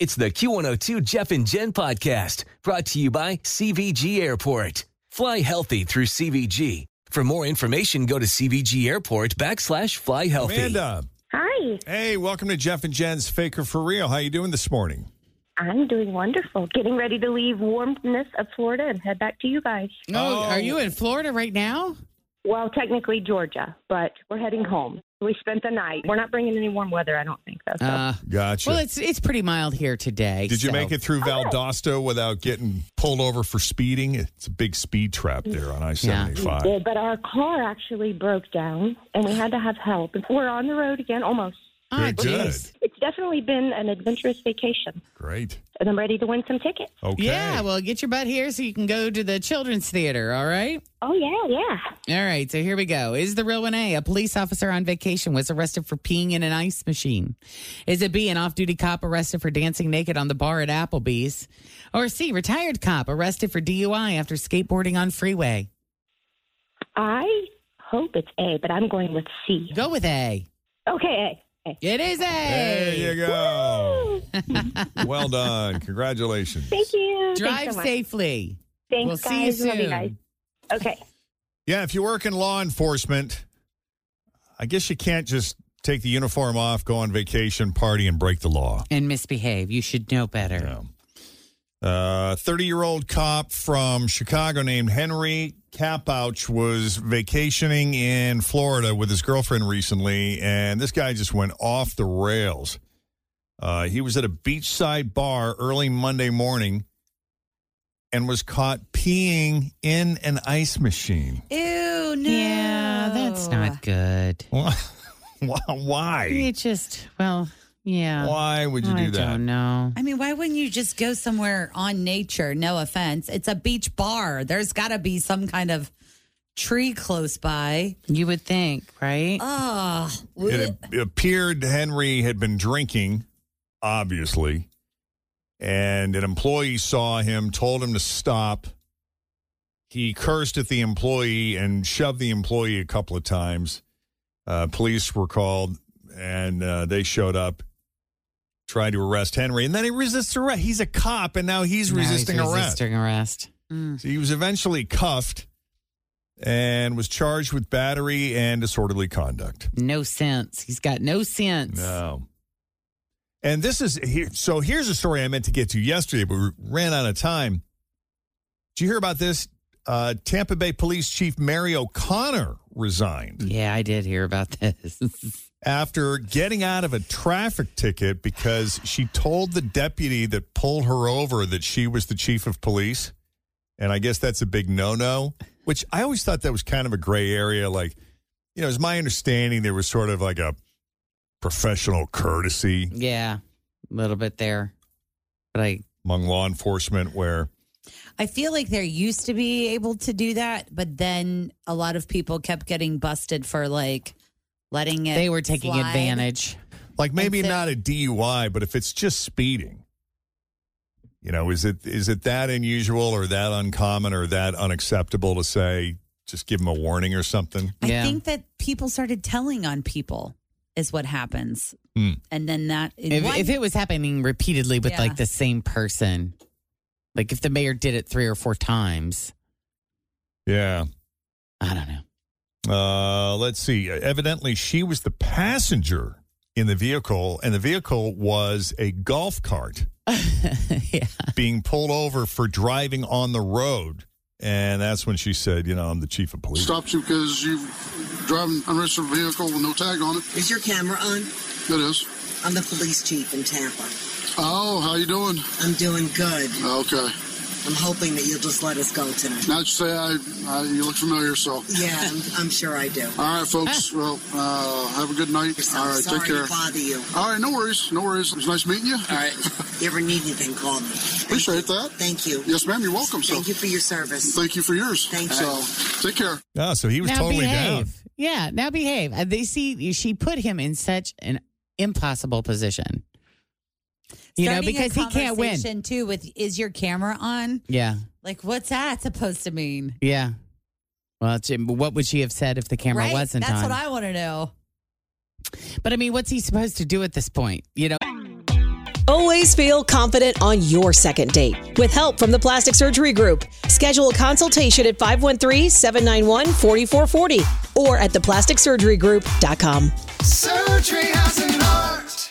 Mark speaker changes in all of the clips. Speaker 1: It's the Q102 Jeff and Jen podcast brought to you by CVG Airport. Fly healthy through CVG. For more information, go to CVG Airport backslash fly healthy.
Speaker 2: Amanda.
Speaker 3: Hi,
Speaker 2: Hey, welcome to Jeff and Jen's Faker for Real. How you doing this morning?
Speaker 3: I'm doing wonderful. Getting ready to leave warmness of Florida and head back to you guys.
Speaker 4: No,
Speaker 2: Oh.
Speaker 4: are you in Florida right now?
Speaker 3: Well, technically Georgia, but we're heading home. We spent the night. We're not bringing any warm weather, I don't think. That's
Speaker 4: Uh,
Speaker 2: Gotcha.
Speaker 4: well, it's it's pretty mild here today.
Speaker 2: Did you
Speaker 4: so-
Speaker 2: make it through Valdosta without getting pulled over for speeding? It's a big speed trap there on I seventy
Speaker 3: we
Speaker 2: five.
Speaker 3: did, but our car actually broke down and we had to have help. We're on the road again almost.
Speaker 4: Ah,
Speaker 2: Good, good.
Speaker 4: jeez.
Speaker 3: It's definitely been an adventurous vacation,
Speaker 2: Great.
Speaker 3: and I'm ready to win some tickets.
Speaker 2: Okay.
Speaker 4: Yeah, well, get your butt here so you can go to the children's theater. All right.
Speaker 3: Oh, yeah, yeah.
Speaker 4: All right, so here we go. Is the real one A? A police officer on vacation was arrested for peeing in an ice machine. Is it B? An off duty cop arrested for dancing naked on the bar at Applebee's? Or C? Retired cop arrested for DUI after skateboarding on freeway?
Speaker 3: I hope it's A, but I'm going with C.
Speaker 4: Go with A.
Speaker 3: Okay, A. A.
Speaker 4: It is A.
Speaker 2: there you go. well done. Congratulations.
Speaker 3: Thank you.
Speaker 4: Drive
Speaker 3: Thanks so much.
Speaker 4: safely.
Speaker 3: Thanks,
Speaker 4: we'll
Speaker 3: guys.
Speaker 4: see you soon.
Speaker 3: Love you guys. Okay.
Speaker 2: Yeah, if you work in law enforcement, I guess you can't just take the uniform off, go on vacation, party, and break the law.
Speaker 4: and misbehave. You should know better.
Speaker 2: A 30 year old Uh, cop from Chicago named Henry Capouch was vacationing in Florida with his girlfriend recently, and this guy just went off the rails. Uh, he was at a beachside bar early Monday morning and was caught peeing in an ice machine.
Speaker 5: Ew, no.
Speaker 4: Yeah, that's not good.
Speaker 2: Why? Why,
Speaker 4: It just, well, yeah.
Speaker 2: Why would you
Speaker 4: I
Speaker 2: do that?
Speaker 4: don't know.
Speaker 5: I mean, why wouldn't you just go somewhere on nature? No offense. It's a beach bar. There's got to be some kind of tree close by.
Speaker 4: You would think, right?
Speaker 5: Oh,
Speaker 2: it, ap- appeared Henry had been drinking, obviously, and an employee saw him, told him to stop. He cursed at the employee and shoved the employee a couple of times. Uh, police were called and uh, they showed up, tried to arrest Henry, and then he resists arrest. He's a cop, and now he's
Speaker 4: Now
Speaker 2: resisting arrest.
Speaker 4: resisting arrest.
Speaker 5: Mm.
Speaker 2: So he was eventually cuffed and was charged with battery and disorderly conduct.
Speaker 4: No sense. He's got no sense.
Speaker 2: No. And this is here. So here's a story I meant to get to yesterday, but we ran out of time. Did you hear about this? Uh, Tampa Bay Police Chief Mary O'Connor resigned
Speaker 4: Yeah, I did hear about this.
Speaker 2: after getting out of a traffic ticket because she told the deputy that pulled her over that she was the chief of police. And I guess that's a big no no, which I always thought that was kind of a gray area. Like, you know, as my understanding, there was sort of like a professional courtesy.
Speaker 4: yeah, a little bit there. But I,
Speaker 2: among law enforcement where
Speaker 5: I feel like there used to be able to do that, but then a lot of people kept getting busted for like letting it.
Speaker 4: they were taking
Speaker 5: slide.
Speaker 4: advantage.
Speaker 2: like maybe
Speaker 5: And so-
Speaker 2: not a DUI but if it's just speeding you know is it is it that unusual or that uncommon or that unacceptable to say just give them a warning or something
Speaker 5: I
Speaker 4: Yeah.
Speaker 5: think that people started telling on people is what happens,
Speaker 2: Hmm.
Speaker 5: and then that
Speaker 4: If,
Speaker 5: one-
Speaker 4: if it was happening repeatedly with
Speaker 5: Yeah.
Speaker 4: like the same person, like if the mayor did it three or four times,
Speaker 2: yeah
Speaker 4: I don't know.
Speaker 2: uh let's see evidently she was the passenger in the vehicle, and the vehicle was a golf cart
Speaker 4: yeah.
Speaker 2: being pulled over for driving on the road. And that's when she said, "You know, I'm the chief of police."
Speaker 6: Stopped you because you drive an unregistered vehicle with no tag on it.
Speaker 7: Is your camera on?
Speaker 6: It is.
Speaker 7: I'm the police chief in Tampa.
Speaker 6: Oh, how you doing?
Speaker 7: I'm doing good.
Speaker 6: Okay.
Speaker 7: I'm hoping that you'll just let us go tonight.
Speaker 6: Now that you say I, I, you look familiar, so.
Speaker 7: Yeah, I'm, I'm sure I do.
Speaker 6: All right, folks. Well, uh, have a good night.
Speaker 7: So
Speaker 6: All
Speaker 7: I'm
Speaker 6: right,
Speaker 7: sorry
Speaker 6: take care.
Speaker 7: to bother you.
Speaker 6: All right, no worries, no worries. It was nice meeting you.
Speaker 7: All right. If you ever need anything, call me. Thank
Speaker 6: Appreciate
Speaker 7: you.
Speaker 6: that.
Speaker 7: Thank you.
Speaker 6: Yes, ma'am. You're welcome. So,
Speaker 7: Thank you for your service.
Speaker 6: Thank you for yours.
Speaker 7: Thank you.
Speaker 6: So, take care.
Speaker 2: Ah, so he was
Speaker 4: now
Speaker 2: totally
Speaker 4: behave.
Speaker 2: down.
Speaker 4: Yeah, now behave. Uh, They see she put him in such an impossible position. You know,
Speaker 5: Starting a
Speaker 4: because he can't win.
Speaker 5: conversation, Too with is your camera on?
Speaker 4: Yeah,
Speaker 5: Like what's that supposed to mean?
Speaker 4: yeah. Well, it's- what would she have said if the camera
Speaker 5: right?
Speaker 4: wasn't
Speaker 5: That's
Speaker 4: on?
Speaker 5: what I want to know.
Speaker 4: but I mean, what's he supposed to do at this point? You know.
Speaker 8: Always feel confident on your second date. With help from the Plastic Surgery Group, schedule a consultation at 513 791 4440 or at theplasticsurgerygroup.com.
Speaker 6: Surgery has an art.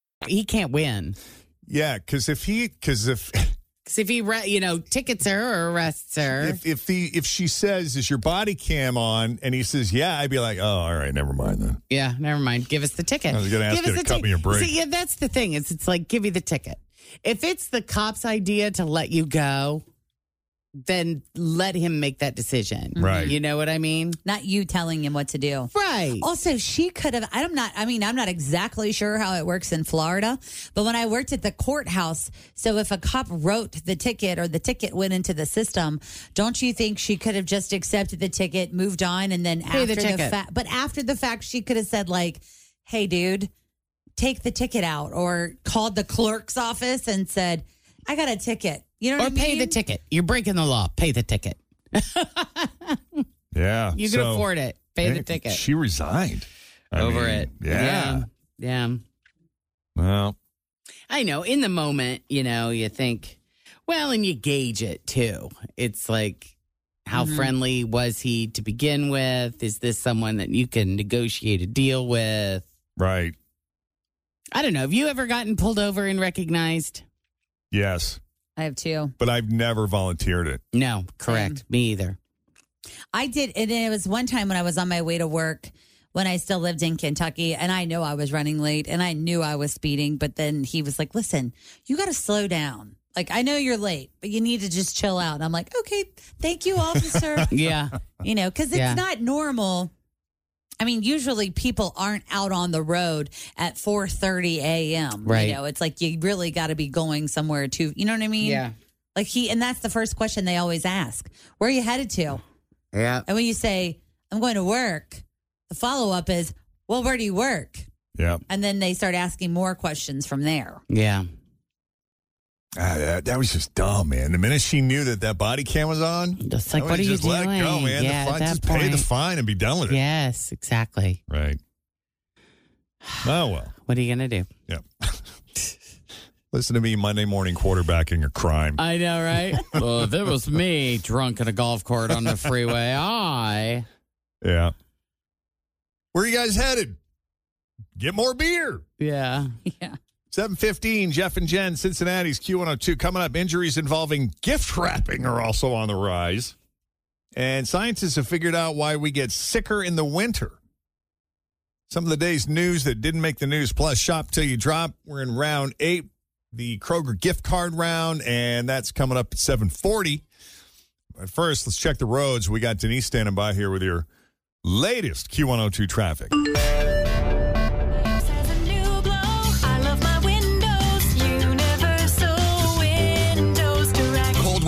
Speaker 4: He can't win
Speaker 2: Yeah, because if he, because if,
Speaker 4: because if he, re- you know, tickets her or arrests her,
Speaker 2: if if the if she says, "Is your body cam on?" and he says, "Yeah," I'd be like, "Oh, all right, never mind then."
Speaker 4: Yeah, never mind. Give us the ticket.
Speaker 2: I was gonna ask
Speaker 4: Give
Speaker 2: you
Speaker 4: us
Speaker 2: to
Speaker 4: the
Speaker 2: cut
Speaker 4: ticket.
Speaker 2: me a break.
Speaker 4: See, yeah, that's the thing. It's it's like give me the ticket. If it's the cop's idea to let you go, then let him make that decision.
Speaker 2: Mm-hmm. Right.
Speaker 4: You know what I mean?
Speaker 5: Not you telling him what to do.
Speaker 4: Right.
Speaker 5: Also, she could have. I'm not. I mean, I'm not exactly sure how it works in Florida, but when I worked at the courthouse, so if a cop wrote the ticket or the ticket went into the system, don't you think she could have just accepted the ticket, moved on, and then
Speaker 4: Pay the
Speaker 5: after the,
Speaker 4: ticket.
Speaker 5: fact, but after the fact, she could have said like, "Hey, dude, take the ticket out," or called the clerk's office and said, "I got a ticket." You know
Speaker 4: Or
Speaker 5: what I
Speaker 4: pay the
Speaker 5: mean?
Speaker 4: ticket. You're breaking the law. Pay the ticket.
Speaker 2: Yeah,
Speaker 4: You can
Speaker 2: so-
Speaker 4: afford it. Pay
Speaker 2: Eh,
Speaker 4: the ticket.
Speaker 2: She resigned I
Speaker 4: Over
Speaker 2: mean,
Speaker 4: it.
Speaker 2: Yeah.
Speaker 4: Yeah. Yeah.
Speaker 2: Well,
Speaker 4: I know. In the moment, you know, you think, well, and you gauge it too. It's like, how friendly was he to begin with? Is this someone that you can negotiate a deal with?
Speaker 2: right.
Speaker 4: I don't know. Have you ever gotten pulled over and recognized?
Speaker 2: Yes,
Speaker 5: I have two.
Speaker 2: but I've never volunteered it.
Speaker 4: No, correct. Me either.
Speaker 5: I did, and it was one time when I was on my way to work when I still lived in Kentucky, and I knew I was running late, and I knew I was speeding. But then he was like, "Listen, you got to slow down. Like I know you're late, but you need to just chill out." And I'm like, "Okay, thank you, officer."
Speaker 4: Yeah.
Speaker 5: you know, because it's
Speaker 4: Yeah.
Speaker 5: not normal. I mean, usually people aren't out on the road at 4:30 a.m.
Speaker 4: Right.
Speaker 5: You know, it's like you really got to be going somewhere to, you know what I mean?
Speaker 4: yeah.
Speaker 5: Like he, and that's the first question they always ask: Where are you headed to?
Speaker 4: Yeah.
Speaker 5: And when you say, I'm going to work, the follow up is, well, where do you work?
Speaker 2: Yeah,
Speaker 5: And then they start asking more questions from there.
Speaker 4: Yeah.
Speaker 2: Ah, that, that was just dumb, man. The minute she knew that that body cam was on,
Speaker 4: Just like,
Speaker 2: I
Speaker 4: what are
Speaker 2: would've
Speaker 4: you
Speaker 2: just let it go,
Speaker 4: doing?
Speaker 2: man. The
Speaker 4: Yeah, at
Speaker 2: fine-
Speaker 4: that
Speaker 2: just pay the
Speaker 4: point.
Speaker 2: fine and be done with it.
Speaker 4: Yes, exactly.
Speaker 2: Right. Oh well.
Speaker 4: What are you going to do?
Speaker 2: Yeah. Listen to me, Monday morning quarterbacking a crime.
Speaker 4: I know, right? well, if it was me drunk in a golf cart on the freeway, I.
Speaker 2: yeah. Where are you guys headed? Get more beer.
Speaker 4: Yeah.
Speaker 5: Yeah.
Speaker 2: 715, Jeff and Jen, Cincinnati's Q102. Coming up, injuries involving gift wrapping are also on the rise. And scientists have figured out why we get sicker in the winter. Some of the day's news that didn't make the news, plus shop till you drop. We're in round eight, the Kroger gift card round, and that's coming up at 740. But first, let's check the roads. We got Denise standing by here with your latest Q102 traffic.
Speaker 1: Cold weather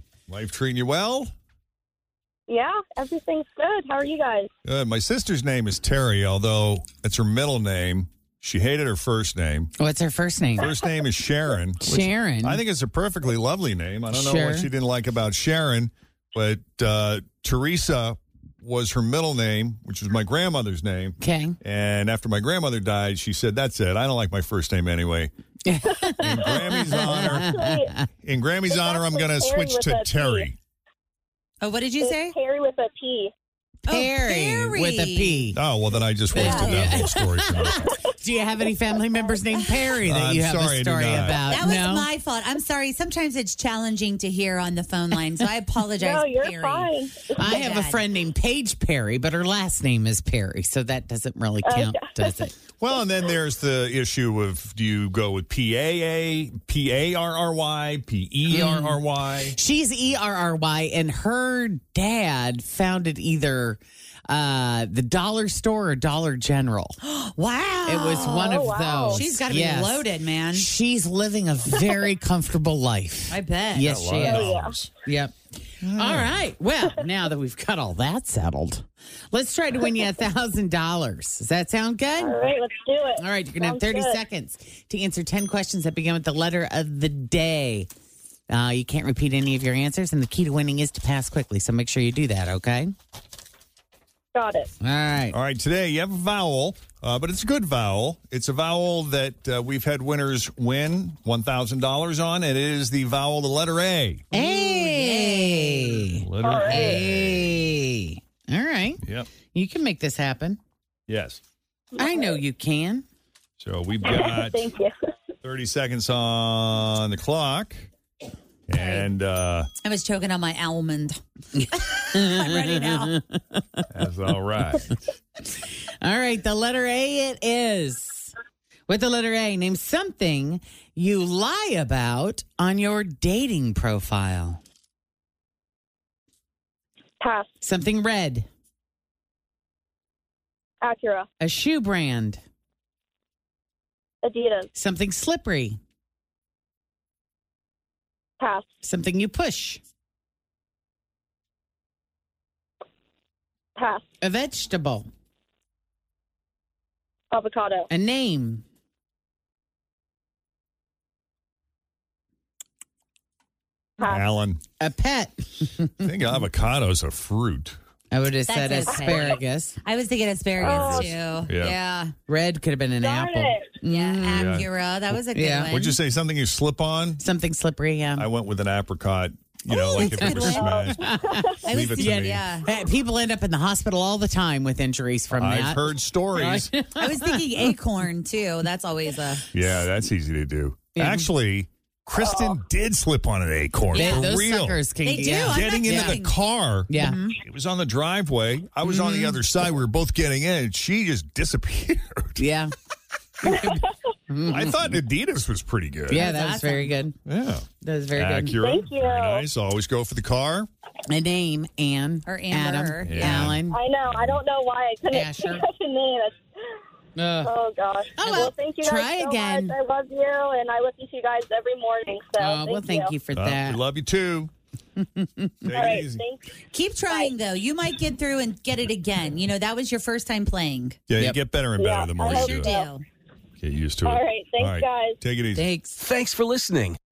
Speaker 2: Life treating you well?
Speaker 3: Yeah, everything's good. How are you guys?
Speaker 2: Good. Uh, My sister's name is Terry, although it's her middle name. She hated her first name.
Speaker 4: What's her first name?
Speaker 2: First name is Sharon. which
Speaker 4: Sharon.
Speaker 2: I think it's a perfectly lovely name. I don't know
Speaker 4: Sure.
Speaker 2: what she didn't like about Sharon, but uh, Teresa was her middle name, which was my grandmother's name.
Speaker 4: Okay.
Speaker 2: And after my grandmother died, she said, "That's it. I don't like my first name anyway." Grammy's honor. In Grammy's honor, I'm going to
Speaker 5: Terry
Speaker 2: switch
Speaker 5: with
Speaker 2: to
Speaker 5: a T.
Speaker 2: Terry.
Speaker 5: Oh, what did you say?
Speaker 3: Terry with a P.
Speaker 5: Oh,
Speaker 4: Perry with a P.
Speaker 2: Oh well, then I just wasted that whole story. For nothing.
Speaker 4: Do you have any family members named Perry that
Speaker 2: I'm
Speaker 4: you have
Speaker 2: sorry, I do
Speaker 4: a story
Speaker 2: not.
Speaker 4: about?
Speaker 5: That was
Speaker 4: no?
Speaker 5: my fault. I'm sorry. Sometimes it's challenging to hear on the phone line, so I apologize.
Speaker 3: No, you're
Speaker 5: Perry.
Speaker 3: fine.
Speaker 4: I have a friend named Paige Perry, but her last name is Perry, so that doesn't really count, does it?
Speaker 2: Well, and then there's the issue of do you go with P A A, P A R R Y, P E R R Y?
Speaker 4: She's E R R Y, and her dad founded either uh, the Dollar Store or Dollar General.
Speaker 5: Wow.
Speaker 4: It was one of those.
Speaker 5: Oh, She's got to
Speaker 4: Yes.
Speaker 5: be loaded, man.
Speaker 4: She's living a very comfortable life.
Speaker 5: I bet.
Speaker 4: Yes, she
Speaker 5: Oh,
Speaker 4: is.
Speaker 5: yeah.
Speaker 4: Yep. All right. Well, now that we've got all that settled, let's try to win you a thousand dollars. Does that sound good?
Speaker 3: All right, let's do it.
Speaker 4: All right, you're gonna have
Speaker 3: Sounds
Speaker 4: 30
Speaker 3: good.
Speaker 4: seconds to answer 10 questions that begin with the letter of the day. Uh, you can't repeat any of your answers, and the key to winning is to pass quickly. So make sure you do that, okay?
Speaker 3: Got it.
Speaker 4: All
Speaker 3: Oh,
Speaker 4: right.
Speaker 2: All right, today you have a vowel, uh, but it's a good vowel. It's a vowel that uh, we've had winners win $1,000 on, and it is the vowel, the letter A.
Speaker 4: Hey.
Speaker 2: Letter A.
Speaker 4: Hey. All right.
Speaker 2: Yep.
Speaker 4: You can make this happen.
Speaker 2: Yes.
Speaker 4: I know you can.
Speaker 2: So we've got
Speaker 3: Thank you.
Speaker 2: 30 seconds on the clock. And uh,
Speaker 5: I was choking on my almond. I'm ready now.
Speaker 2: that's all right.
Speaker 4: All right. The letter A it is. With the letter A, name something you lie about on your dating profile.
Speaker 3: Pass.
Speaker 4: Something red,
Speaker 3: Acura.
Speaker 4: a shoe brand,
Speaker 3: Adidas.
Speaker 4: something slippery.
Speaker 3: Pass.
Speaker 4: Something you push.
Speaker 3: Pass.
Speaker 4: A vegetable.
Speaker 3: Avocado.
Speaker 4: A name.
Speaker 3: Pass.
Speaker 2: Alan,
Speaker 4: A pet.
Speaker 2: I think avocado's a fruit.
Speaker 4: I would have said
Speaker 5: That's okay.
Speaker 4: asparagus.
Speaker 5: I was thinking asparagus
Speaker 3: Oh.
Speaker 5: too. Yeah.
Speaker 2: Yeah.
Speaker 5: Yeah.
Speaker 4: Red could have been an
Speaker 3: Darn
Speaker 4: apple.
Speaker 3: it.
Speaker 5: Mm.
Speaker 2: Yeah.
Speaker 5: Acura. That was a good
Speaker 4: Yeah.
Speaker 5: one.
Speaker 2: Would you say something you slip on?
Speaker 4: Something slippery, yeah.
Speaker 2: I went with an apricot. You know, like if
Speaker 5: that's
Speaker 2: it
Speaker 5: a
Speaker 2: was
Speaker 5: good one.
Speaker 2: smashed.
Speaker 5: I was
Speaker 2: leave it to
Speaker 5: thinking,
Speaker 2: me.
Speaker 5: yeah.
Speaker 4: Hey, Eh, people end up in the hospital all the time with injuries from
Speaker 2: I've
Speaker 4: that.
Speaker 2: heard stories.
Speaker 5: I was thinking acorn too. That's always a.
Speaker 2: yeah, that's easy to do.
Speaker 4: Yeah.
Speaker 2: Actually, Kristen did slip on an acorn
Speaker 4: They-
Speaker 2: for
Speaker 4: those
Speaker 2: real. Oh,
Speaker 4: suckers can
Speaker 5: They do.
Speaker 4: yeah.
Speaker 5: I'm not
Speaker 2: Getting into
Speaker 5: kidding.
Speaker 2: the car,
Speaker 4: Yeah.
Speaker 2: it was on the driveway. I was on the other side. We were both getting in, and she just disappeared.
Speaker 4: Yeah.
Speaker 2: I thought Adidas was pretty good.
Speaker 4: Yeah, that was very good.
Speaker 2: yeah.
Speaker 4: That was very good.
Speaker 2: Acura,
Speaker 3: Thank you.
Speaker 2: very nice. Always go for the car.
Speaker 4: A name, Anne.
Speaker 5: Or
Speaker 4: Adam.
Speaker 5: Amber. Yeah.
Speaker 4: Alan.
Speaker 3: I know. I don't know why I couldn't
Speaker 4: Asher.
Speaker 3: think of the name.
Speaker 4: Ugh.
Speaker 3: Oh gosh.
Speaker 4: Oh, well,
Speaker 3: thank you guys
Speaker 4: try
Speaker 3: so
Speaker 4: again.
Speaker 3: much. I love you, and I listen to you guys every morning. So
Speaker 4: oh, well, thank you, for
Speaker 2: Uh,
Speaker 4: that.
Speaker 2: we love you too. Take
Speaker 3: All right,
Speaker 2: it easy.
Speaker 3: thank you.
Speaker 5: Keep trying though. You might get through and get it again. You know that was your first time playing.
Speaker 2: Yeah, you
Speaker 4: Yep.
Speaker 2: get better and better
Speaker 3: Yeah,
Speaker 2: the more
Speaker 3: I
Speaker 2: you
Speaker 3: hope
Speaker 2: do
Speaker 3: so.
Speaker 2: it.
Speaker 5: Do.
Speaker 2: Get used to it.
Speaker 3: All right, thanks, guys.
Speaker 2: Take it easy.
Speaker 4: Thanks.
Speaker 1: Thanks for listening